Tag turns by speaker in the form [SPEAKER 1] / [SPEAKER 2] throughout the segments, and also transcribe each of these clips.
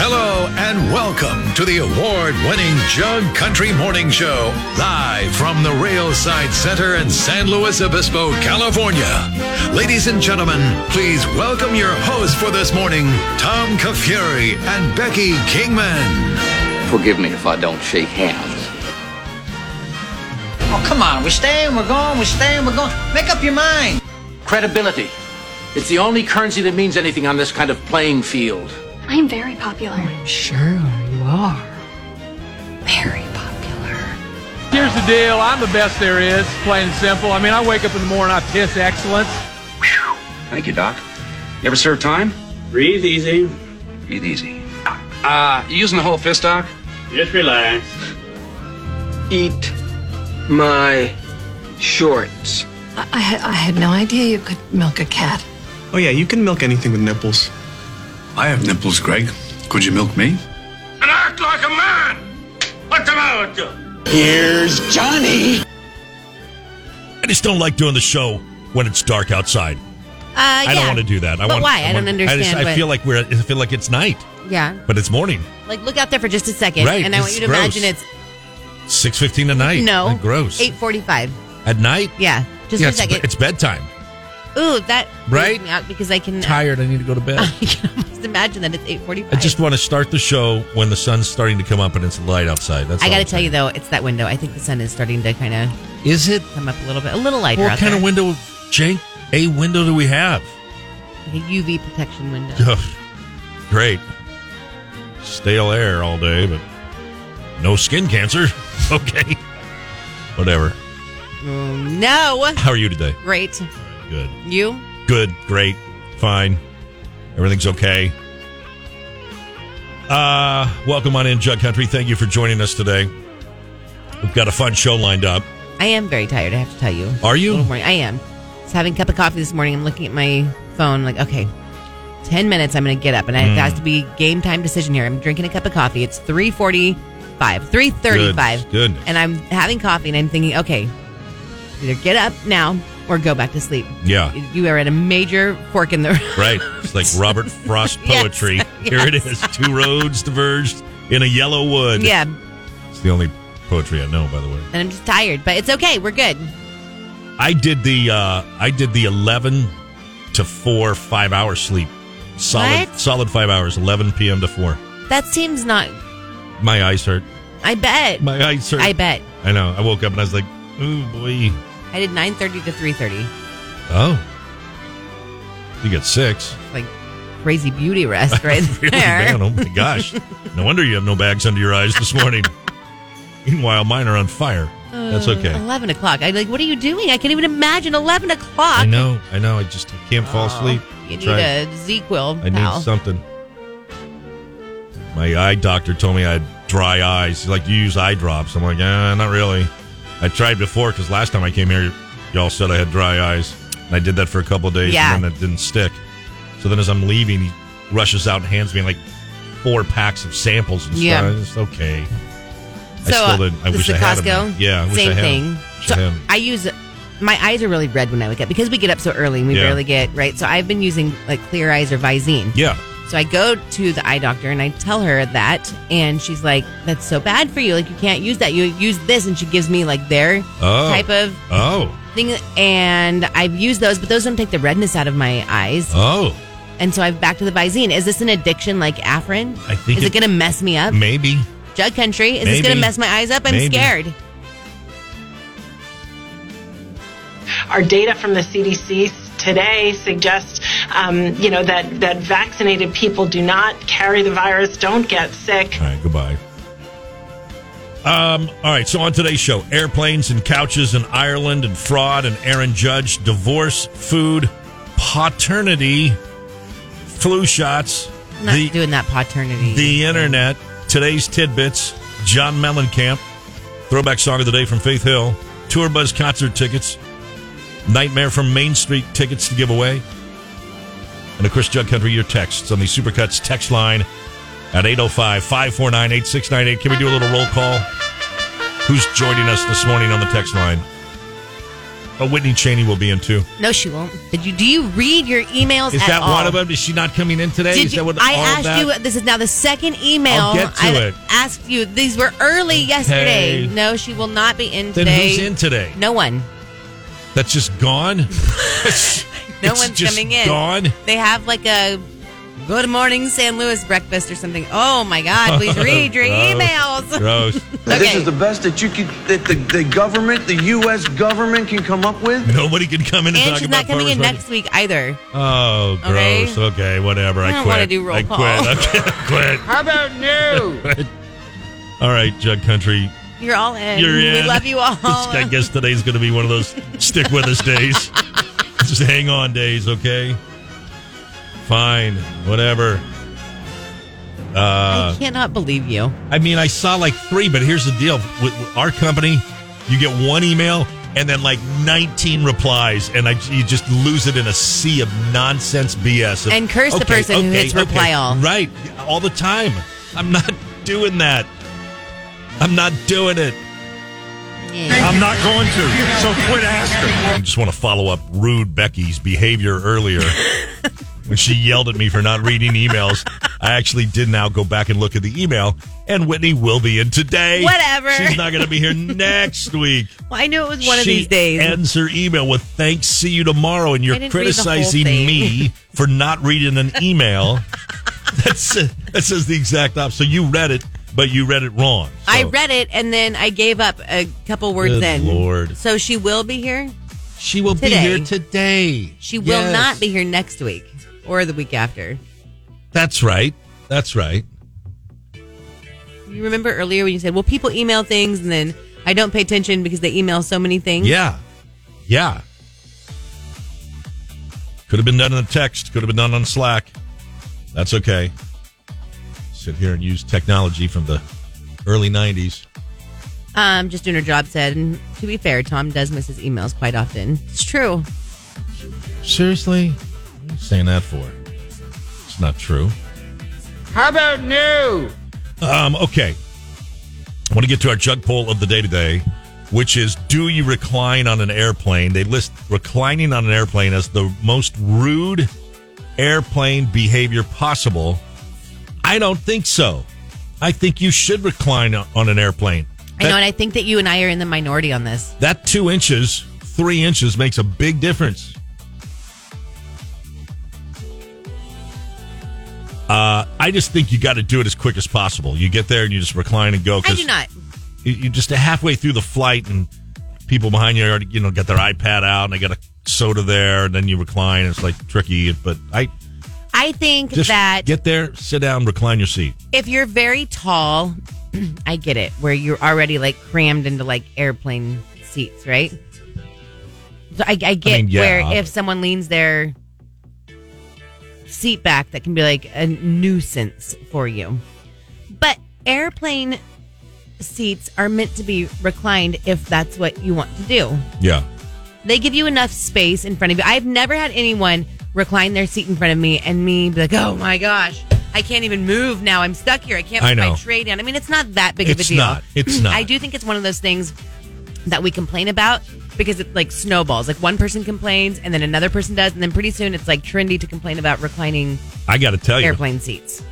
[SPEAKER 1] Hello and welcome to the award winning Jug Country Morning Show, live from the Railside Center in San Luis Obispo, California. Ladies and gentlemen, please welcome your hosts for this morning, Tom Kafuri and Becky Kingman.
[SPEAKER 2] Forgive me if I don't shake hands.
[SPEAKER 3] Oh, come on. We're staying, we're going, we're staying, we're going. Make up your mind.
[SPEAKER 2] Credibility. It's the only currency that means anything on this kind of playing field.
[SPEAKER 4] I'm very popular.
[SPEAKER 5] Oh, Sure you are.
[SPEAKER 4] Very popular.
[SPEAKER 6] Here's the deal. I'm the best there is, plain and simple. I mean, I wake up in the morning, I piss excellence.
[SPEAKER 7] Thank you, Doc. You ever serve time?
[SPEAKER 8] Breathe easy.
[SPEAKER 7] Breathe easy. Uh, you using the whole fist, Doc?
[SPEAKER 8] Just relax.
[SPEAKER 9] eat my shorts.
[SPEAKER 5] I, I, had- I had no idea you could milk a cat.
[SPEAKER 10] Oh yeah, you can milk anything with nipples.
[SPEAKER 11] I have nipples, Greg. Could you milk me?
[SPEAKER 8] And act like a man! What's the matter with you?
[SPEAKER 12] I just don't like doing the show Oh, when it's dark outside.
[SPEAKER 13] Uh,
[SPEAKER 12] I don't want to do that. I
[SPEAKER 13] but
[SPEAKER 12] want,
[SPEAKER 13] why? I,
[SPEAKER 12] want-
[SPEAKER 13] don't understand.
[SPEAKER 12] I, just, I
[SPEAKER 13] what-
[SPEAKER 12] feel like we're. I feel like it's night,
[SPEAKER 13] yeah,
[SPEAKER 12] but it's morning.
[SPEAKER 13] like look out there for just a second,
[SPEAKER 12] Right,
[SPEAKER 13] and I want
[SPEAKER 12] it's
[SPEAKER 13] you to
[SPEAKER 12] gross.
[SPEAKER 13] imagine it's
[SPEAKER 12] Six fifteen at night.
[SPEAKER 13] no
[SPEAKER 12] Like, gross.
[SPEAKER 13] eight forty-five.
[SPEAKER 12] at night.
[SPEAKER 13] Yeah, just
[SPEAKER 12] yeah,
[SPEAKER 13] for a
[SPEAKER 12] it's,
[SPEAKER 13] second.
[SPEAKER 12] it's bedtime.
[SPEAKER 13] Ooh, that freaks
[SPEAKER 12] Right?
[SPEAKER 13] me out because I can
[SPEAKER 12] Tired. I need to go to bed.
[SPEAKER 13] I can almost imagine that it's eight forty-five.
[SPEAKER 12] I just want to start the show when the sun's starting to come up and it's light outside. That's.
[SPEAKER 13] I
[SPEAKER 12] all
[SPEAKER 13] got to
[SPEAKER 12] I'm
[SPEAKER 13] tell you though, it's that window. I think the sun is starting to kind of
[SPEAKER 12] saying. Is it
[SPEAKER 13] come up a little bit, a little lighter.
[SPEAKER 12] what
[SPEAKER 13] out
[SPEAKER 12] kind
[SPEAKER 13] there.
[SPEAKER 12] of window, Jake? A window do we have?
[SPEAKER 13] Like a UV protection window.
[SPEAKER 12] Ugh, Great. Stale air all day, but no skin cancer. okay. Whatever.
[SPEAKER 13] No,
[SPEAKER 12] How are you today?
[SPEAKER 13] great.
[SPEAKER 12] Good.
[SPEAKER 13] You?
[SPEAKER 12] Good. Great. Fine. Everything's okay. Uh, welcome on in, Jug Country. Thank you for joining us today. We've got a fun show lined up.
[SPEAKER 13] I am very tired. I have to tell you.
[SPEAKER 12] Are you?
[SPEAKER 13] A little morning. I am. Just having a cup of coffee this morning. I'm looking at my phone. Like, okay, ten minutes. I'm going to get up, and I, it has to be
[SPEAKER 12] Mm.
[SPEAKER 13] game time decision here. I'm drinking a cup of coffee. It's three forty-five, three thirty-five,
[SPEAKER 12] Good goodness.
[SPEAKER 13] and I'm having coffee, and I'm thinking, okay, either get up now or go back to sleep.
[SPEAKER 12] Yeah.
[SPEAKER 13] You are at a major fork in the road.
[SPEAKER 12] Right. It's like Robert Frost
[SPEAKER 13] Yes.
[SPEAKER 12] poetry. Here it
[SPEAKER 13] Yes.
[SPEAKER 12] is. Two roads diverged in a yellow wood.
[SPEAKER 13] yeah,
[SPEAKER 12] It's the only poetry I know, by the way.
[SPEAKER 13] and I'm just tired, but it's okay. We're good.
[SPEAKER 12] I did the uh I did the eleven to four five hour sleep. Solid
[SPEAKER 13] What?
[SPEAKER 12] solid five hours, eleven PM to four.
[SPEAKER 13] That seems not.
[SPEAKER 12] My eyes hurt.
[SPEAKER 13] I bet.
[SPEAKER 12] My eyes hurt.
[SPEAKER 13] I bet.
[SPEAKER 12] I know. I woke up and I was like, ooh boy.
[SPEAKER 13] I did nine thirty to three thirty.
[SPEAKER 12] Oh. You get six.
[SPEAKER 13] like crazy beauty rest right
[SPEAKER 12] really,
[SPEAKER 13] there.
[SPEAKER 12] man. Oh my gosh. No wonder you have no bags under your eyes this morning. Meanwhile, mine are on fire. That's okay.
[SPEAKER 13] Mm, Eleven o'clock. I like. What are you doing? I can't even imagine eleven o'clock.
[SPEAKER 12] I know. I know. I just I can't fall asleep.
[SPEAKER 13] Oh, You
[SPEAKER 12] That's
[SPEAKER 13] need
[SPEAKER 12] right.
[SPEAKER 13] a ZQL,
[SPEAKER 12] I need
[SPEAKER 13] pal.
[SPEAKER 12] something. My eye doctor told me I had dry eyes. He's like, you use eye drops. I'm like, eh, not really. I tried before because last time I came here, y'all said I had dry eyes. And I did that for a couple of days
[SPEAKER 13] Yeah.
[SPEAKER 12] and then that didn't stick. So then as I'm leaving, he rushes out and hands me like four packs of samples and
[SPEAKER 13] Yeah.
[SPEAKER 12] stuff. It's okay.
[SPEAKER 13] So,
[SPEAKER 12] I still didn't. I
[SPEAKER 13] this
[SPEAKER 12] wish
[SPEAKER 13] is
[SPEAKER 12] I
[SPEAKER 13] the
[SPEAKER 12] had
[SPEAKER 13] Costco.
[SPEAKER 12] them. Yeah, I wish
[SPEAKER 13] same
[SPEAKER 12] I had 'em.
[SPEAKER 13] thing.
[SPEAKER 12] Wish I
[SPEAKER 13] So
[SPEAKER 12] had 'em.
[SPEAKER 13] I use my eyes are really red when I wake up because we get up so early and we
[SPEAKER 12] Yeah.
[SPEAKER 13] barely get right. So I've been using like Clear Eyes or Visine.
[SPEAKER 12] Yeah.
[SPEAKER 13] So I go to the eye doctor and I tell her that, and she's like, "That's so bad for you. Like you can't use that. You use this." And she gives me like their
[SPEAKER 12] Oh.
[SPEAKER 13] type of
[SPEAKER 12] Oh.
[SPEAKER 13] thing and I've used those, but those don't take the redness out of my eyes.
[SPEAKER 12] Oh.
[SPEAKER 13] And so I've back to the Visine. Is this an addiction like Afrin?
[SPEAKER 12] I think
[SPEAKER 13] Is it,
[SPEAKER 12] it-
[SPEAKER 13] gonna mess me up?
[SPEAKER 12] Maybe.
[SPEAKER 13] Jug Country? Is this
[SPEAKER 12] Maybe.
[SPEAKER 13] gonna mess my eyes up? I'm
[SPEAKER 12] Maybe.
[SPEAKER 13] scared.
[SPEAKER 9] Our data from the CDC today suggests, um, you know, that that vaccinated people do not carry the virus, don't get sick.
[SPEAKER 12] All right, goodbye. Um, all right, so on today's show, airplanes and couches in Ireland and fraud and Aaron Judge, divorce, food, paternity, flu shots,
[SPEAKER 13] I'm not
[SPEAKER 12] the,
[SPEAKER 13] doing that paternity.
[SPEAKER 12] the internet, today's tidbits, John Mellencamp, throwback song of the day from Faith Hill, tour bus concert tickets, Nightmare from Main Street tickets to give away, And of course, Jug Country, your texts on the Supercuts text line at 805 549 8698. Can we do a little roll call? Who's joining us this morning on the text line? Oh, Whitney Cheney will be in too.
[SPEAKER 13] No, she won't. Did you? Do you read your emails?
[SPEAKER 12] Is
[SPEAKER 13] at
[SPEAKER 12] that
[SPEAKER 13] all?
[SPEAKER 12] one of them? Is she not coming in today?
[SPEAKER 13] Did
[SPEAKER 12] is
[SPEAKER 13] you-
[SPEAKER 12] that what,
[SPEAKER 13] I
[SPEAKER 12] all of
[SPEAKER 13] asked
[SPEAKER 12] that?
[SPEAKER 13] you. This is now the second email
[SPEAKER 12] I'll get to
[SPEAKER 13] I've
[SPEAKER 12] it.
[SPEAKER 13] asked you. These were early yesterday. No, she will not be in
[SPEAKER 12] Then
[SPEAKER 13] today.
[SPEAKER 12] who's in today?
[SPEAKER 13] No one.
[SPEAKER 12] That's just gone. no
[SPEAKER 13] No one's coming in.
[SPEAKER 12] Gone.
[SPEAKER 13] They have like a good morning San Luis breakfast or something. Oh my God! Please read your
[SPEAKER 14] Gross.
[SPEAKER 13] emails.
[SPEAKER 12] Gross.
[SPEAKER 14] This is the best that you could that the, the government, the U.S. government, can come up with.
[SPEAKER 12] Nobody can come in and,
[SPEAKER 13] And
[SPEAKER 12] talk
[SPEAKER 13] she's
[SPEAKER 12] about
[SPEAKER 13] not coming in
[SPEAKER 12] farmers'
[SPEAKER 13] next week either.
[SPEAKER 12] market. Oh,
[SPEAKER 13] Okay.
[SPEAKER 12] gross. Okay, whatever. I,
[SPEAKER 13] I don't
[SPEAKER 12] quit.
[SPEAKER 13] wanna do roll
[SPEAKER 12] I
[SPEAKER 13] call.
[SPEAKER 12] quit. Okay, I
[SPEAKER 13] How about new?
[SPEAKER 12] quit. all right, Jug Country.
[SPEAKER 13] You're all in.
[SPEAKER 12] You're in.
[SPEAKER 13] We love you all.
[SPEAKER 12] I guess today's going to be one of those stick with us days. Just hang on days, okay? Fine, whatever. Uh,
[SPEAKER 13] I cannot believe you.
[SPEAKER 12] I mean, I saw like three, but here's the deal: with, with our company, you get one email and then like 19 replies, and I, you just lose it in a sea of nonsense BS. of,
[SPEAKER 13] And curse the person who hits reply all.
[SPEAKER 12] Right, all the time. I'm not doing that. I'm not doing it.
[SPEAKER 13] I'm
[SPEAKER 12] not going to. So quit asking. I just want to follow up rude Becky's behavior earlier when she yelled at me for not reading emails. I actually did now go back and look at the email, and Whitney will be in today.
[SPEAKER 13] Whatever.
[SPEAKER 12] She's not going to be here next week.
[SPEAKER 13] Well, I knew it was one
[SPEAKER 12] she
[SPEAKER 13] of these days.
[SPEAKER 12] ends her email with "Thanks, see you tomorrow," and
[SPEAKER 13] I
[SPEAKER 12] you're
[SPEAKER 13] didn't read the whole
[SPEAKER 12] criticizing
[SPEAKER 13] thing.
[SPEAKER 12] me for not reading an email. That's that says the exact opposite. So you read it, but you read it wrong. So-
[SPEAKER 13] I read it and then I gave up a couple words
[SPEAKER 12] Good
[SPEAKER 13] in.
[SPEAKER 12] Lord.
[SPEAKER 13] So she will be here?
[SPEAKER 12] She will
[SPEAKER 13] Today.
[SPEAKER 12] be here today.
[SPEAKER 13] She will
[SPEAKER 12] Yes.
[SPEAKER 13] not be here next week or the week after.
[SPEAKER 12] That's right. That's right.
[SPEAKER 13] Mm-hmm. You remember earlier when you said, well, people email things and then I don't pay attention because they email so many things?
[SPEAKER 12] Yeah. Yeah. Could have been done in the text, could have been done on Slack. That's okay. Sit here and use technology from the early 90s.
[SPEAKER 13] Um, just doing her job said, and to be fair, Tom does miss his emails quite often. It's true.
[SPEAKER 12] Seriously? What are you saying that for? It's not true.
[SPEAKER 6] How about new?
[SPEAKER 12] Um, okay. I want to get to our jug poll of the day today, which is do you recline on an airplane? They list reclining on an airplane as the most rude airplane behavior possible. I don't think so. I think you should recline o- on an airplane.
[SPEAKER 13] I know,
[SPEAKER 12] That,
[SPEAKER 13] and I think that you and I are in the minority on this.
[SPEAKER 12] that two inches, three inches makes a big difference. Uh, I just think you got to do it as quick as possible. You get there and you just recline and go.
[SPEAKER 13] I
[SPEAKER 12] 'cause-
[SPEAKER 13] do not.
[SPEAKER 12] you- you just halfway through the flight and people behind you already you know got their iPad out and they got a soda there and then you recline it's like tricky but I
[SPEAKER 13] I think
[SPEAKER 12] just
[SPEAKER 13] that
[SPEAKER 12] get there sit down recline your seat
[SPEAKER 13] if you're very tall, I get it, where you're already like crammed into like airplane seats, right? So I, I get
[SPEAKER 12] mean, yeah.
[SPEAKER 13] where if someone leans their seat back, that can be like a nuisance for you. But airplane seats are meant to be reclined if that's what you want to do.
[SPEAKER 12] yeah
[SPEAKER 13] They give you enough space in front of you. I've never had anyone recline their seat in front of me and me be like, oh my gosh, I can't even move now. I'm stuck here. I can't
[SPEAKER 12] I
[SPEAKER 13] put
[SPEAKER 12] know.
[SPEAKER 13] my tray down. I mean, it's not that big of
[SPEAKER 12] It's
[SPEAKER 13] a deal.
[SPEAKER 12] not. It's not.
[SPEAKER 13] I do think it's one of those things that we complain about because it like snowballs. Like one person complains and then another person does. And then pretty soon it's like trendy to complain about reclining
[SPEAKER 12] I got to tell you
[SPEAKER 13] airplane seats.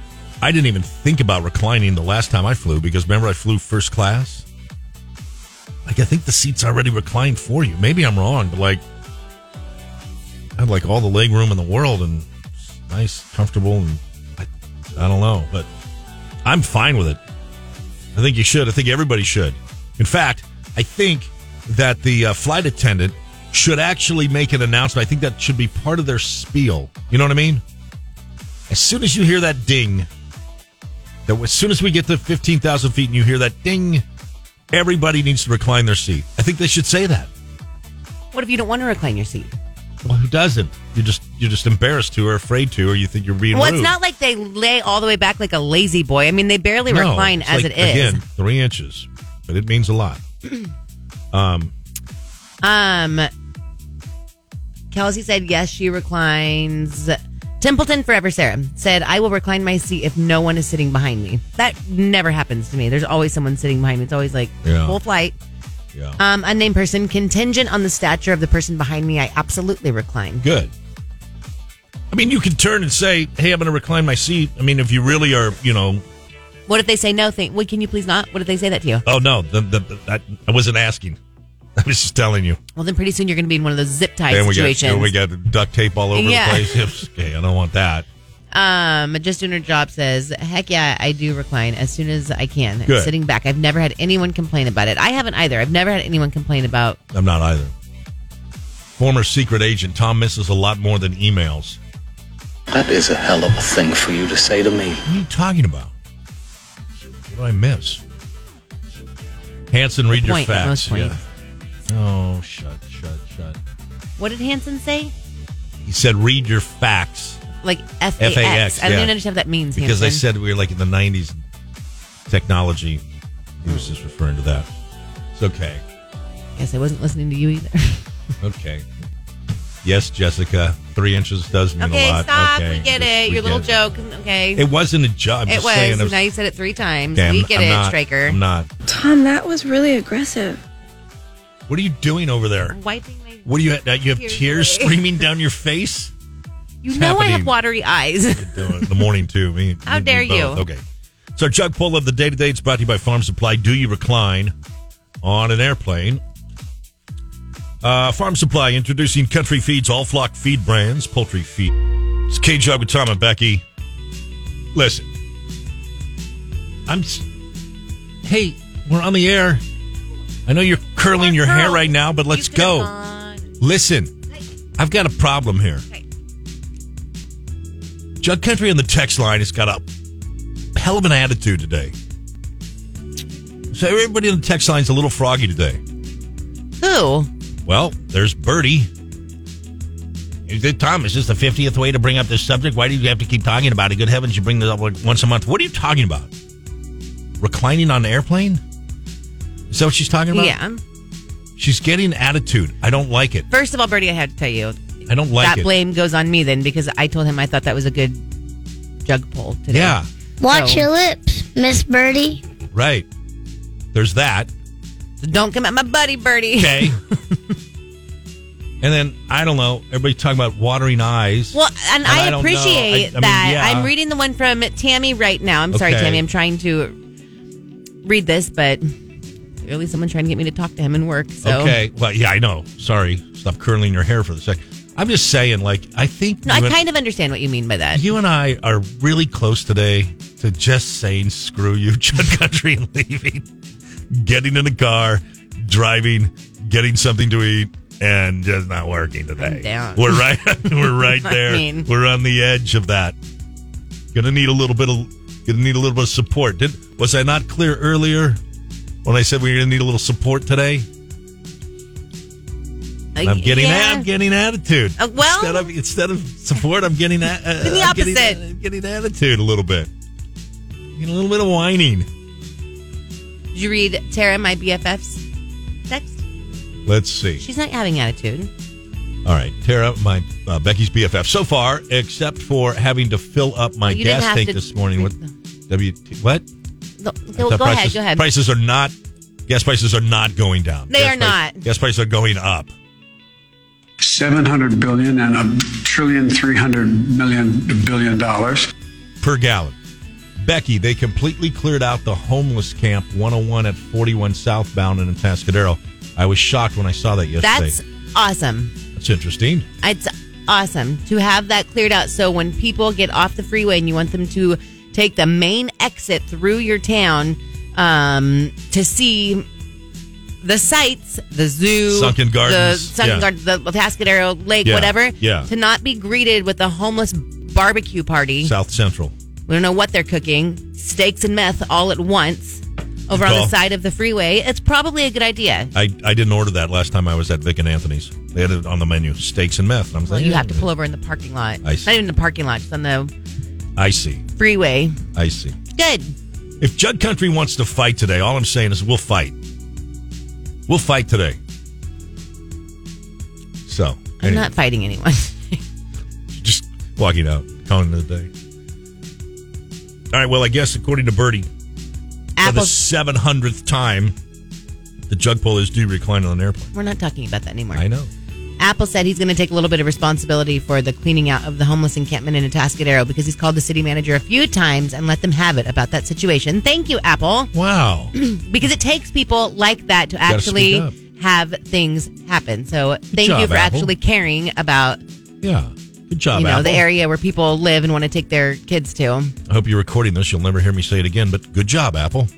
[SPEAKER 12] I didn't even think about reclining the last time I flew because remember I flew first class like I think the seat's already reclined for you maybe I'm wrong but like I had like all the leg room in the world and it's nice comfortable and I, I don't know but I'm fine with it I think you should. I think everybody should. In fact, I think that the uh, flight attendant should actually make an announcement. I think that should be part of their spiel. You know what I mean? As soon as you hear that ding, that as soon as we get to 15,000 feet and you hear that ding, everybody needs to recline their seat. I think they should say that.
[SPEAKER 13] What if you don't want to recline your seat?
[SPEAKER 12] Well, who doesn't? You're just you're just embarrassed to or afraid to or you think you're being
[SPEAKER 13] well,
[SPEAKER 12] rude.
[SPEAKER 13] it's not like they lay all the way back like a lazy boy. I mean, they barely
[SPEAKER 12] No,
[SPEAKER 13] recline
[SPEAKER 12] it's
[SPEAKER 13] as
[SPEAKER 12] like,
[SPEAKER 13] it is.
[SPEAKER 12] Again, three inches, but it means a lot. Um,
[SPEAKER 13] Um, Kelsey said yes, she reclines. Templeton Forever Sarah said, I will recline my seat if no one is sitting behind me. That never happens to me. There's always someone sitting behind me. It's always like
[SPEAKER 12] Yeah.
[SPEAKER 13] full flight.
[SPEAKER 12] Yeah.
[SPEAKER 13] Um, unnamed person, contingent on the stature of the person behind me, I absolutely recline.
[SPEAKER 12] Good. I mean, you can turn and say, "Hey, I'm going to recline my seat." I mean, if you really are, you know,
[SPEAKER 13] What if they say no? Think, well, can you please not? What if they say that to you?
[SPEAKER 12] oh no, the, the, the, I, I wasn't asking. I was just telling you.
[SPEAKER 13] Well, then pretty soon you're going to be in one of those zip tie
[SPEAKER 12] we got,
[SPEAKER 13] situations.
[SPEAKER 12] then we got duct tape all over
[SPEAKER 13] Yeah.
[SPEAKER 12] the place. okay, I don't want that.
[SPEAKER 13] Um, just doing her job says, heck yeah, I do recline as soon as I can.
[SPEAKER 12] Good.
[SPEAKER 13] Sitting back. I've never had anyone complain about it. I haven't either. I've never had anyone complain about.
[SPEAKER 12] I'm not either. Former secret agent Tom misses a lot more than emails.
[SPEAKER 15] That is a hell of a thing for you to say to me.
[SPEAKER 12] What are you talking about? What do I miss? Hanson, read your
[SPEAKER 13] Point,
[SPEAKER 12] facts.
[SPEAKER 13] most points.
[SPEAKER 12] Yeah. Oh, shut, shut, shut.
[SPEAKER 13] What did Hanson say?
[SPEAKER 12] He said, "Read your facts."
[SPEAKER 13] Like F A
[SPEAKER 12] FAX.
[SPEAKER 13] X. I don't
[SPEAKER 12] yeah.
[SPEAKER 13] even understand what that means.
[SPEAKER 12] Because I
[SPEAKER 13] Hanson.
[SPEAKER 12] said we were like in the 90s technology. He was just referring to that. It's okay.
[SPEAKER 13] Yes, I wasn't listening to you either.
[SPEAKER 12] Okay. Yes, Jessica, three inches does mean a
[SPEAKER 13] okay,
[SPEAKER 12] lot.
[SPEAKER 13] stop.
[SPEAKER 12] Okay,
[SPEAKER 13] We get
[SPEAKER 12] just-
[SPEAKER 13] it.
[SPEAKER 12] we
[SPEAKER 13] Your little
[SPEAKER 12] get
[SPEAKER 13] joke. Okay.
[SPEAKER 12] It wasn't a job.
[SPEAKER 13] It was.
[SPEAKER 12] Saying,
[SPEAKER 13] now you said it three times.
[SPEAKER 12] Damn,
[SPEAKER 13] we get
[SPEAKER 12] I'm
[SPEAKER 13] it,
[SPEAKER 12] not,
[SPEAKER 13] Striker.
[SPEAKER 12] I'm not.
[SPEAKER 4] Tom, that was really aggressive.
[SPEAKER 12] What are you doing over there?
[SPEAKER 13] Wiping my.
[SPEAKER 12] What do you have? You have
[SPEAKER 13] Tears
[SPEAKER 12] tears,
[SPEAKER 13] away.
[SPEAKER 12] streaming down your face?
[SPEAKER 13] You
[SPEAKER 12] It's
[SPEAKER 13] know I
[SPEAKER 12] happening.
[SPEAKER 13] have watery eyes.
[SPEAKER 12] doing in the morning too. Me,
[SPEAKER 13] How
[SPEAKER 12] me
[SPEAKER 13] dare
[SPEAKER 12] both.
[SPEAKER 13] you.
[SPEAKER 12] Okay. So Chuck Pull of the day to day. It's brought to you by Farm Supply. Do you recline on an airplane? Uh, Farm Supply introducing country feeds, all flock feed brands, poultry feed. It's K Jog with Tom and Becky. Listen, I'm. s- Hey, we're on the air. I know you're curling your hair right now, but let's go. Listen, I've got a problem here. Jug Country on the text line has got a hell of an attitude today. So everybody on the text line's a little froggy today.
[SPEAKER 13] Who?
[SPEAKER 12] Well, there's Birdie. He said, Tom, is this the 50th way to bring up this subject? Why do you have to keep talking about it? Good heavens, you bring this up like once a month. What are you talking about? Reclining on an airplane? Is that what she's talking about?
[SPEAKER 13] yeah.
[SPEAKER 12] She's getting attitude. I don't like it.
[SPEAKER 13] First of all, Bertie, I had to tell you
[SPEAKER 12] I don't like
[SPEAKER 13] that
[SPEAKER 12] it.
[SPEAKER 13] blame goes on me then because I told him I thought that was a good jug pull today.
[SPEAKER 12] Yeah.
[SPEAKER 16] Watch
[SPEAKER 13] So-
[SPEAKER 16] your lips, Miss Birdie.
[SPEAKER 12] Right. There's that.
[SPEAKER 13] Don't come at my buddy, Bertie.
[SPEAKER 12] Okay. and then I don't know. Everybody's talking about watering eyes.
[SPEAKER 13] Well, and,
[SPEAKER 12] And I
[SPEAKER 13] I,
[SPEAKER 12] don't know.
[SPEAKER 13] appreciate
[SPEAKER 12] I- I mean,
[SPEAKER 13] that.
[SPEAKER 12] yeah.
[SPEAKER 13] I'm reading the one from Tammy right now. I'm sorry,
[SPEAKER 12] Okay.
[SPEAKER 13] Tammy. I'm trying to read this, but clearly someone trying to get me to talk to him and work. So.
[SPEAKER 12] Okay. Well, yeah, I know. Sorry. Stop curling your hair for the second. I'm just saying, like, I think
[SPEAKER 13] No, I
[SPEAKER 12] you and-
[SPEAKER 13] kind of understand what you mean by that.
[SPEAKER 12] you and I are really close today to just saying screw you, Chud Country, and leaving. Getting in the car, driving, getting something to eat, and just not working today.
[SPEAKER 13] down.
[SPEAKER 12] We're right we're right
[SPEAKER 13] I
[SPEAKER 12] there.
[SPEAKER 13] mean-
[SPEAKER 12] We're on the edge of that. Gonna need a little bit of gonna need a little bit of support. Did was I not clear earlier when I said we were gonna need a little support today? And I'm getting
[SPEAKER 13] yeah.
[SPEAKER 12] I'm getting attitude.
[SPEAKER 13] Uh, well-
[SPEAKER 12] instead of instead of support, I'm getting a, uh,
[SPEAKER 13] Do the
[SPEAKER 12] I'm getting-
[SPEAKER 13] opposite.
[SPEAKER 12] I'm getting attitude a little bit. Getting a little bit of whining.
[SPEAKER 13] Did you read Tara, my BFF's text?
[SPEAKER 12] Let's see.
[SPEAKER 13] She's not having attitude.
[SPEAKER 12] All right, Tara, my uh, Becky's BFF so far, except for having to fill up my
[SPEAKER 13] Oh, You didn't
[SPEAKER 12] gas
[SPEAKER 13] have
[SPEAKER 12] tank
[SPEAKER 13] to-
[SPEAKER 12] this morning with W. What?
[SPEAKER 13] Go,
[SPEAKER 12] I
[SPEAKER 13] go,
[SPEAKER 12] thought
[SPEAKER 13] go
[SPEAKER 12] prices,
[SPEAKER 13] ahead. Go ahead.
[SPEAKER 12] Prices are not. Gas prices are not going down.
[SPEAKER 13] They
[SPEAKER 12] Gas
[SPEAKER 13] are not.
[SPEAKER 12] Gas prices are going up.
[SPEAKER 17] 700 billion and a trillion 300 million billion dollars.
[SPEAKER 12] per gallon. Becky, they completely cleared out the homeless camp 101 at 41 southbound in Atascadero. I was shocked when I saw that yesterday.
[SPEAKER 13] That's awesome.
[SPEAKER 12] That's interesting.
[SPEAKER 13] It's awesome to have that cleared out. So when people get off the freeway and you want them to take the main exit through your town um, to see the sights, the zoo,
[SPEAKER 12] Sunken gardens,
[SPEAKER 13] the sunken
[SPEAKER 12] yeah.
[SPEAKER 13] garden, the Atascadero Lake,
[SPEAKER 12] Yeah,
[SPEAKER 13] whatever,
[SPEAKER 12] yeah.
[SPEAKER 13] to not be greeted with a homeless barbecue party.
[SPEAKER 12] South Central.
[SPEAKER 13] We don't know what they're cooking. Steaks and meth all at once over on
[SPEAKER 12] Call.
[SPEAKER 13] the side of the freeway. It's probably a good idea.
[SPEAKER 12] I, I didn't order that last time I was at Vic and Anthony's. They had it on the menu, steaks and meth. And I'm
[SPEAKER 13] Well,
[SPEAKER 12] like,
[SPEAKER 13] you have to pull over in the parking lot.
[SPEAKER 12] I see.
[SPEAKER 13] Not even the parking lot, just on the
[SPEAKER 12] I see.
[SPEAKER 13] freeway.
[SPEAKER 12] I see.
[SPEAKER 13] Good.
[SPEAKER 12] If Jug Country wants to fight today, all I'm saying is we'll fight. We'll fight today. So,
[SPEAKER 13] I'm not fighting anyone.
[SPEAKER 12] just walking out. Calling of the day. All right. Well, I guess according to Birdie, for the
[SPEAKER 13] Apple's-
[SPEAKER 12] seven hundredth time, the jug pull is due recline on an airplane.
[SPEAKER 13] We're not talking about that anymore.
[SPEAKER 12] I know.
[SPEAKER 13] Apple said he's going to take a little bit of responsibility for the cleaning out of the homeless encampment in Atascadero because he's called the city manager a few times and let them have it about that situation. Thank you, Apple.
[SPEAKER 12] Wow.
[SPEAKER 13] because it takes people like that to
[SPEAKER 12] gotta
[SPEAKER 13] actually
[SPEAKER 12] speak up.
[SPEAKER 13] have things happen. So thank
[SPEAKER 12] job,
[SPEAKER 13] you for
[SPEAKER 12] Apple.
[SPEAKER 13] actually caring about
[SPEAKER 12] Yeah. Good job,
[SPEAKER 13] you know
[SPEAKER 12] Apple.
[SPEAKER 13] the area where people live and want to take their kids to.
[SPEAKER 12] I hope you're recording this. You'll never hear me say it again. But good job, Apple.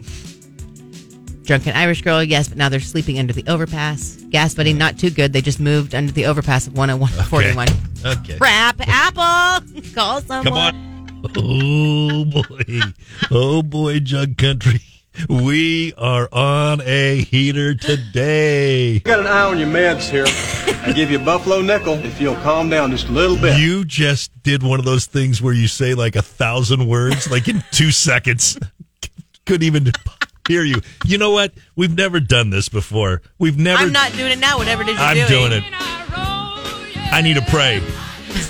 [SPEAKER 13] Drunken Irish girl, yes, but now they're sleeping under the overpass. Gas buddy, not too good. They just moved under the overpass of 101 to 41.
[SPEAKER 12] Okay.
[SPEAKER 13] Crap, Apple, call someone.
[SPEAKER 12] Come on. Oh boy. Oh boy, Jug Country. We are on a heater today.
[SPEAKER 18] got an eye on your meds here. I give you a buffalo nickel if you'll calm down just a little bit.
[SPEAKER 12] You just did one of those things where you say like a thousand words like in two seconds. Couldn't even hear you. You know what? We've never done this before. We've never
[SPEAKER 13] I'm not doing it now. Whatever it is you're
[SPEAKER 12] I'm doing it. I need to pray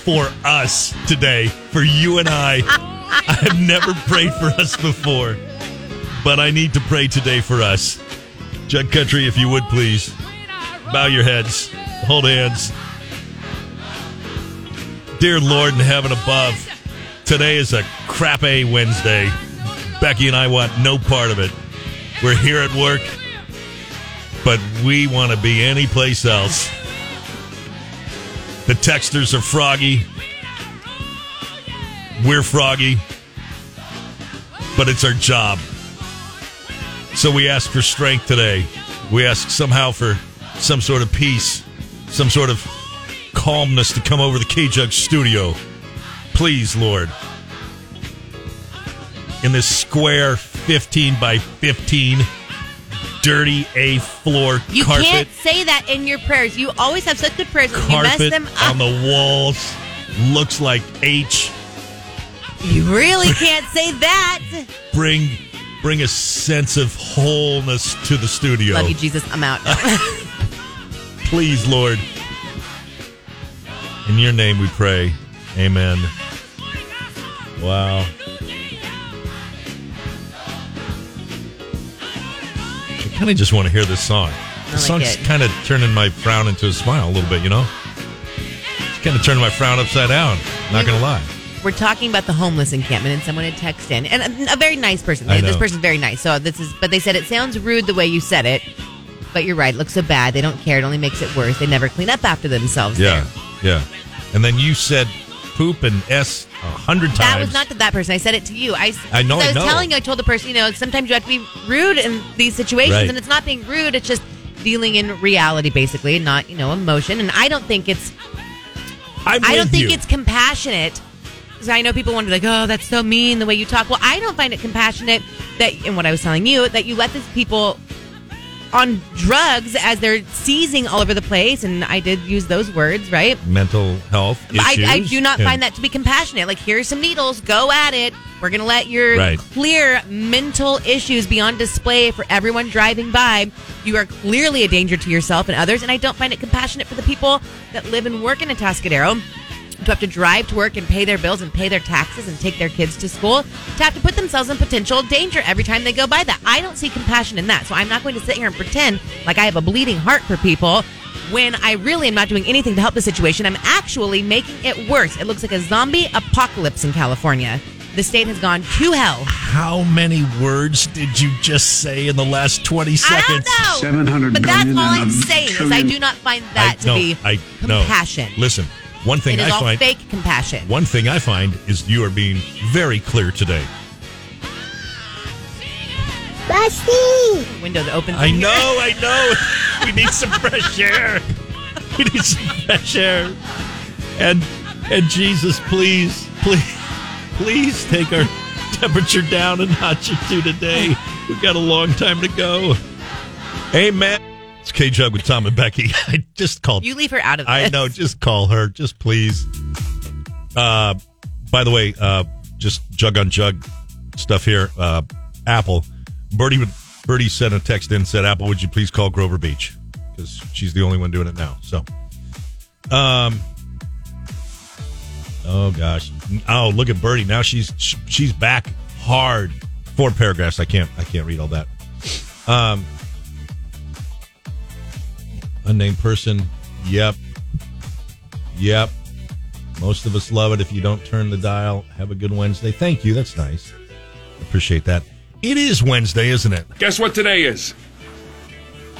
[SPEAKER 12] for us today, for you and I. I've never prayed for us before, but I need to pray today for us. Jug Country, if you would please, bow your heads, hold hands. Dear Lord in heaven above, today is a crap A Wednesday. Becky and I want no part of it. We're here at work, but we want to be anyplace else. The texters are froggy. We're froggy. But it's our job. So we ask for strength today. We ask somehow for some sort of peace, some sort of calmness to come over the K Jug studio. Please, Lord. In this square 15 by 15 dirty A floor
[SPEAKER 13] You
[SPEAKER 12] carpet
[SPEAKER 13] can't say that in your prayers. You always have such good prayers, and you mess
[SPEAKER 12] carpet
[SPEAKER 13] them up.
[SPEAKER 12] on the walls looks like H.
[SPEAKER 13] You really can't say that.
[SPEAKER 12] Bring bring a sense of wholeness to the studio.
[SPEAKER 13] Love you, Jesus. I'm out.
[SPEAKER 12] Please, Lord. In your name we pray. Amen. Wow. I kind of just want to hear this song. The
[SPEAKER 13] like
[SPEAKER 12] song's
[SPEAKER 13] it.
[SPEAKER 12] kind of turning my frown into a smile a little bit, you know? It's kind of turning my frown upside down. Not going to lie.
[SPEAKER 13] We're talking about the homeless encampment, and someone had texted in, and a, a very nice person.
[SPEAKER 12] I
[SPEAKER 13] This
[SPEAKER 12] know.
[SPEAKER 13] person's very nice. So this is, but they said it sounds rude the way you said it. But you're right. It looks so bad. They don't care. It only makes it worse. They never clean up after themselves.
[SPEAKER 12] Yeah,
[SPEAKER 13] there.
[SPEAKER 12] yeah. And then you said poop and s a hundred times.
[SPEAKER 13] That was not to that person. I said it to you. I,
[SPEAKER 12] I know,
[SPEAKER 13] I
[SPEAKER 12] I
[SPEAKER 13] was
[SPEAKER 12] know.
[SPEAKER 13] telling you. I told the person. You know, sometimes you have to be rude in these situations,
[SPEAKER 12] Right.
[SPEAKER 13] and it's not being rude. It's just dealing in reality, basically, not you know emotion. And I don't think it's.
[SPEAKER 12] I'm
[SPEAKER 13] I don't
[SPEAKER 12] with
[SPEAKER 13] think
[SPEAKER 12] you.
[SPEAKER 13] it's compassionate. 'Cause I know people want to be like, oh, that's so mean the way you talk. Well, I don't find it compassionate that, and what I was telling you, that you let these people on drugs as they're seizing all over the place. And I did use those words, right?
[SPEAKER 12] mental health
[SPEAKER 13] But I,
[SPEAKER 12] issues.
[SPEAKER 13] I do not
[SPEAKER 12] and-
[SPEAKER 13] find that to be compassionate. Like, here's some needles, go at it. We're going to let your
[SPEAKER 12] Right.
[SPEAKER 13] clear mental issues be on display for everyone driving by. You are clearly a danger to yourself and others, and I don't find it compassionate for the people that live and work in Atascadero to have to drive to work and pay their bills and pay their taxes and take their kids to school to have to put themselves in potential danger every time they go by that. I don't see compassion in that. So I'm not going to sit here and pretend like I have a bleeding heart for people when I really am not doing anything to help the situation. I'm actually making it worse. It looks like a zombie apocalypse in California. The state has gone to hell.
[SPEAKER 12] How many words did you just say in the last twenty
[SPEAKER 13] I don't
[SPEAKER 12] seconds?
[SPEAKER 13] know. But that's all I'm saying is I do not find that to
[SPEAKER 12] no,
[SPEAKER 13] be
[SPEAKER 12] I no.
[SPEAKER 13] compassion.
[SPEAKER 12] Listen, one thing
[SPEAKER 13] it is
[SPEAKER 12] I
[SPEAKER 13] all
[SPEAKER 12] find
[SPEAKER 13] fake compassion.
[SPEAKER 12] one thing I find is you are being very clear today.
[SPEAKER 13] Rusty! Window that opens.
[SPEAKER 12] I
[SPEAKER 13] in here.
[SPEAKER 12] know, I know. We need some fresh air. We need some fresh air. And and Jesus, please, please, please take our temperature down a notch or two today. We've got a long time to go. Amen. It's K Jug with Tom and Becky. I just called.
[SPEAKER 13] You leave her out of this.
[SPEAKER 12] I know. Just call her. Just please. Uh, by the way, uh, just jug on jug stuff here. Uh, Apple, Birdie, would- Birdie sent a text in said, "Apple, would you please call Grover Beach because she's the only one doing it now." So, um, Oh gosh. Oh, look at Birdie. Now she's she's back hard. Four paragraphs. I can't I can't read all that. Um unnamed person. Yep. Yep. Most of us love it if you don't turn the dial. Have a good Wednesday. Thank you. That's nice. Appreciate that. It is Wednesday, isn't it?
[SPEAKER 7] Guess what today is?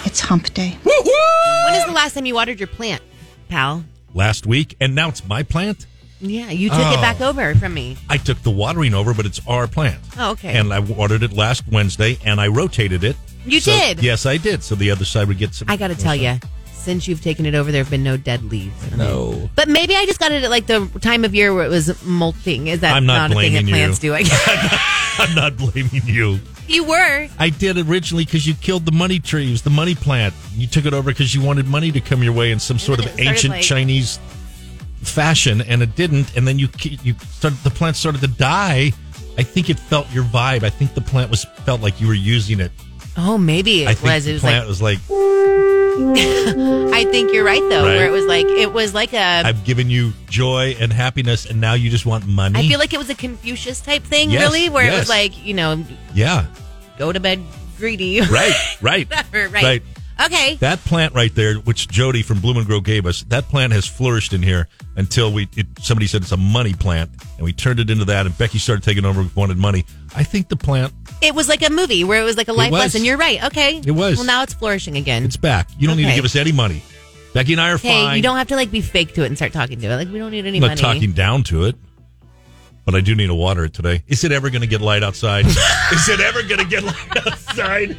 [SPEAKER 19] It's hump day.
[SPEAKER 13] When is the last time you watered your plant, pal?
[SPEAKER 12] Last week and now it's my plant.
[SPEAKER 13] Yeah, you took it
[SPEAKER 12] Oh.
[SPEAKER 13] back over from me.
[SPEAKER 12] I took the watering over, but it's our plant.
[SPEAKER 13] Oh, okay.
[SPEAKER 12] And I watered it last Wednesday, and I rotated it.
[SPEAKER 13] You
[SPEAKER 12] So-
[SPEAKER 13] did?
[SPEAKER 12] Yes, I did. So the other side would get some.
[SPEAKER 13] I got to tell you, since you've taken it over, there have been no dead leaves. on it.
[SPEAKER 12] No.
[SPEAKER 13] But maybe I just got it at like the time of year where it was molting. Is that
[SPEAKER 12] I'm not
[SPEAKER 13] a thing that
[SPEAKER 12] blaming you.
[SPEAKER 13] plants do? I guess.
[SPEAKER 12] I'm not blaming you.
[SPEAKER 13] you were.
[SPEAKER 12] I did originally because you killed the money tree. It was the money plant. You took it over because you wanted money to come your way in some sort
[SPEAKER 13] then
[SPEAKER 12] of
[SPEAKER 13] it started,
[SPEAKER 12] ancient
[SPEAKER 13] like-
[SPEAKER 12] Chinese fashion, and it didn't. And then you ki- you started the plant started to die. I think it felt your vibe. I think the plant was felt like you were using it.
[SPEAKER 13] Oh, maybe it
[SPEAKER 12] I think
[SPEAKER 13] was.
[SPEAKER 12] the
[SPEAKER 13] It was
[SPEAKER 12] plant
[SPEAKER 13] like.
[SPEAKER 12] was like
[SPEAKER 13] I think you're right though.
[SPEAKER 12] Right.
[SPEAKER 13] Where it was like it was like a. I
[SPEAKER 12] I've given you joy and happiness, and now you just want money.
[SPEAKER 13] feel like it was a Confucius type thing,
[SPEAKER 12] Yes,
[SPEAKER 13] really, where it
[SPEAKER 12] yes.
[SPEAKER 13] was like you know,
[SPEAKER 12] yeah,
[SPEAKER 13] go to bed greedy.
[SPEAKER 12] right, right,
[SPEAKER 13] Whatever, right. Okay.
[SPEAKER 12] That plant right there, which Jody from Bloom and Grow gave us, that plant has flourished in here until we it, somebody said it's a money plant, and we turned it into that. And Becky started taking over, with wanted money. I think the plant
[SPEAKER 13] It was like a movie where it was like a
[SPEAKER 12] It
[SPEAKER 13] life
[SPEAKER 12] was.
[SPEAKER 13] lesson. You're right. Okay.
[SPEAKER 12] It was.
[SPEAKER 13] Well, now it's flourishing again.
[SPEAKER 12] it's back. You don't need to
[SPEAKER 13] Okay.
[SPEAKER 12] give us any money. Becky and I are
[SPEAKER 13] Hey,
[SPEAKER 12] fine.
[SPEAKER 13] you don't have to like be fake to it and start talking to it. Like we don't need any
[SPEAKER 12] I'm not
[SPEAKER 13] money.
[SPEAKER 12] talking down to it, but I do need to water it today. Is it ever going to get light outside? Is it ever going to get light outside?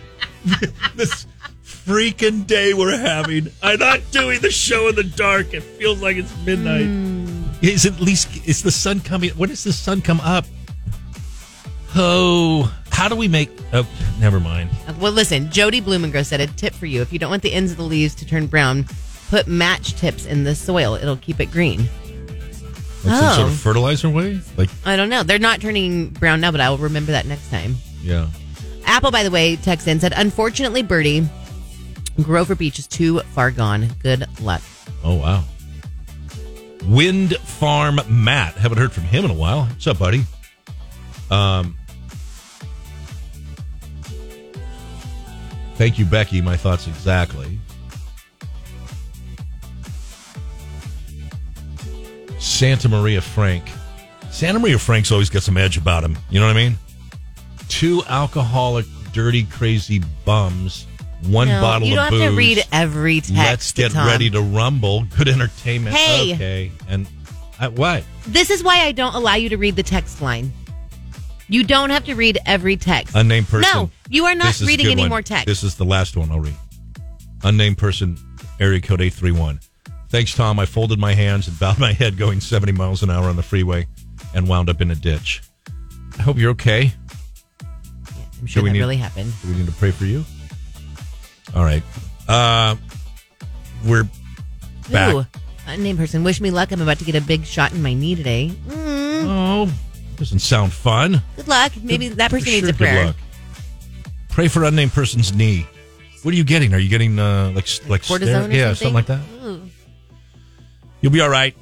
[SPEAKER 12] this freaking day we're having. I'm not doing the show in the dark. It feels like it's midnight.
[SPEAKER 13] Hmm.
[SPEAKER 12] Is at least is the sun coming? When does the sun come up? Oh, how do we make? Oh, never mind.
[SPEAKER 13] Uh, Well, listen, Jody Blumengrow said a tip for you. If you don't want the ends of the leaves to turn brown, put match tips in the soil. It'll keep it green.
[SPEAKER 12] Like some sort
[SPEAKER 13] Oh.
[SPEAKER 12] of fertilizer way. Like
[SPEAKER 13] I don't know. They're not turning brown now, but I will remember that next time.
[SPEAKER 12] yeah.
[SPEAKER 13] Apple, by the way, texted in said, unfortunately, Birdie, Grover Beach is too far gone. Good luck.
[SPEAKER 12] Oh wow. Wind Farm Matt. Haven't heard from him in a while. What's up, buddy? Um Thank you, Becky. My thoughts exactly. Santa Maria Frank. Santa Maria Frank's always got some edge about him. You know what I mean? Two alcoholic, dirty, crazy bums. One
[SPEAKER 13] No,
[SPEAKER 12] bottle
[SPEAKER 13] you
[SPEAKER 12] of
[SPEAKER 13] don't have
[SPEAKER 12] booze.
[SPEAKER 13] to read every text.
[SPEAKER 12] Let's get
[SPEAKER 13] Tom.
[SPEAKER 12] ready to rumble. Good entertainment.
[SPEAKER 13] Hey.
[SPEAKER 12] Okay. And I, what?
[SPEAKER 13] This is why I don't allow you to read the text line. You don't have to read every text.
[SPEAKER 12] Unnamed person.
[SPEAKER 13] No, you are not
[SPEAKER 12] This is a
[SPEAKER 13] reading
[SPEAKER 12] good
[SPEAKER 13] any
[SPEAKER 12] one.
[SPEAKER 13] more text.
[SPEAKER 12] This is the last one I'll read. Unnamed person, area code 831. Thanks, Tom. I folded my hands and bowed my head going 70 miles an hour on the freeway and wound up in a ditch. I hope you're okay.
[SPEAKER 13] I'm sure
[SPEAKER 12] Do we
[SPEAKER 13] that
[SPEAKER 12] need-
[SPEAKER 13] really happened.
[SPEAKER 12] Do we need to pray for you? All right. Uh, we're back.
[SPEAKER 13] Ooh, unnamed person. Wish me luck. I'm about to get a big shot in my knee today. Mm,
[SPEAKER 12] Oh, doesn't sound fun.
[SPEAKER 13] Good luck. Maybe that person
[SPEAKER 12] Sure,
[SPEAKER 13] needs a
[SPEAKER 12] good
[SPEAKER 13] prayer.
[SPEAKER 12] luck. Pray for unnamed person's knee. What are you getting? Are you getting uh, like like, like
[SPEAKER 13] Cortisone
[SPEAKER 12] stero-
[SPEAKER 13] or
[SPEAKER 12] yeah,
[SPEAKER 13] something?
[SPEAKER 12] something like that?
[SPEAKER 13] Ooh.
[SPEAKER 12] You'll be all right.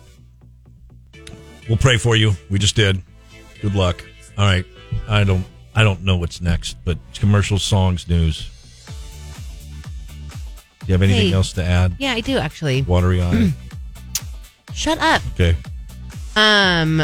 [SPEAKER 12] We'll pray for you. We just did. Good luck. All right. I don't I don't know what's next, but it's commercials, songs, news. Do you have anything
[SPEAKER 13] Hey. Mm.
[SPEAKER 12] else to add?
[SPEAKER 13] Yeah, I do actually.
[SPEAKER 12] Watery eye.
[SPEAKER 13] Shut up.
[SPEAKER 12] okay.
[SPEAKER 13] Um,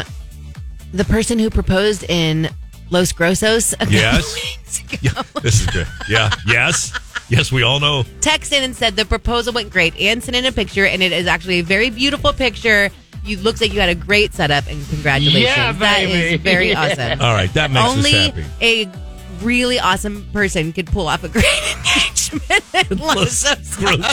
[SPEAKER 13] the person who proposed in Los Grosos. a couple
[SPEAKER 12] Yes.
[SPEAKER 13] weeks ago
[SPEAKER 12] Yeah, this is good. Yeah. Yes. Yes, we all know.
[SPEAKER 13] Text in and said the proposal went great and sent in a picture, and it is actually a very beautiful picture. You looks like you had a great setup, and congratulations.
[SPEAKER 6] Yeah,
[SPEAKER 13] That is
[SPEAKER 6] baby.
[SPEAKER 13] very awesome.
[SPEAKER 12] All right, that makes us
[SPEAKER 13] Only
[SPEAKER 12] happy.
[SPEAKER 13] a really awesome person could pull off a great engagement. in Los Grosos.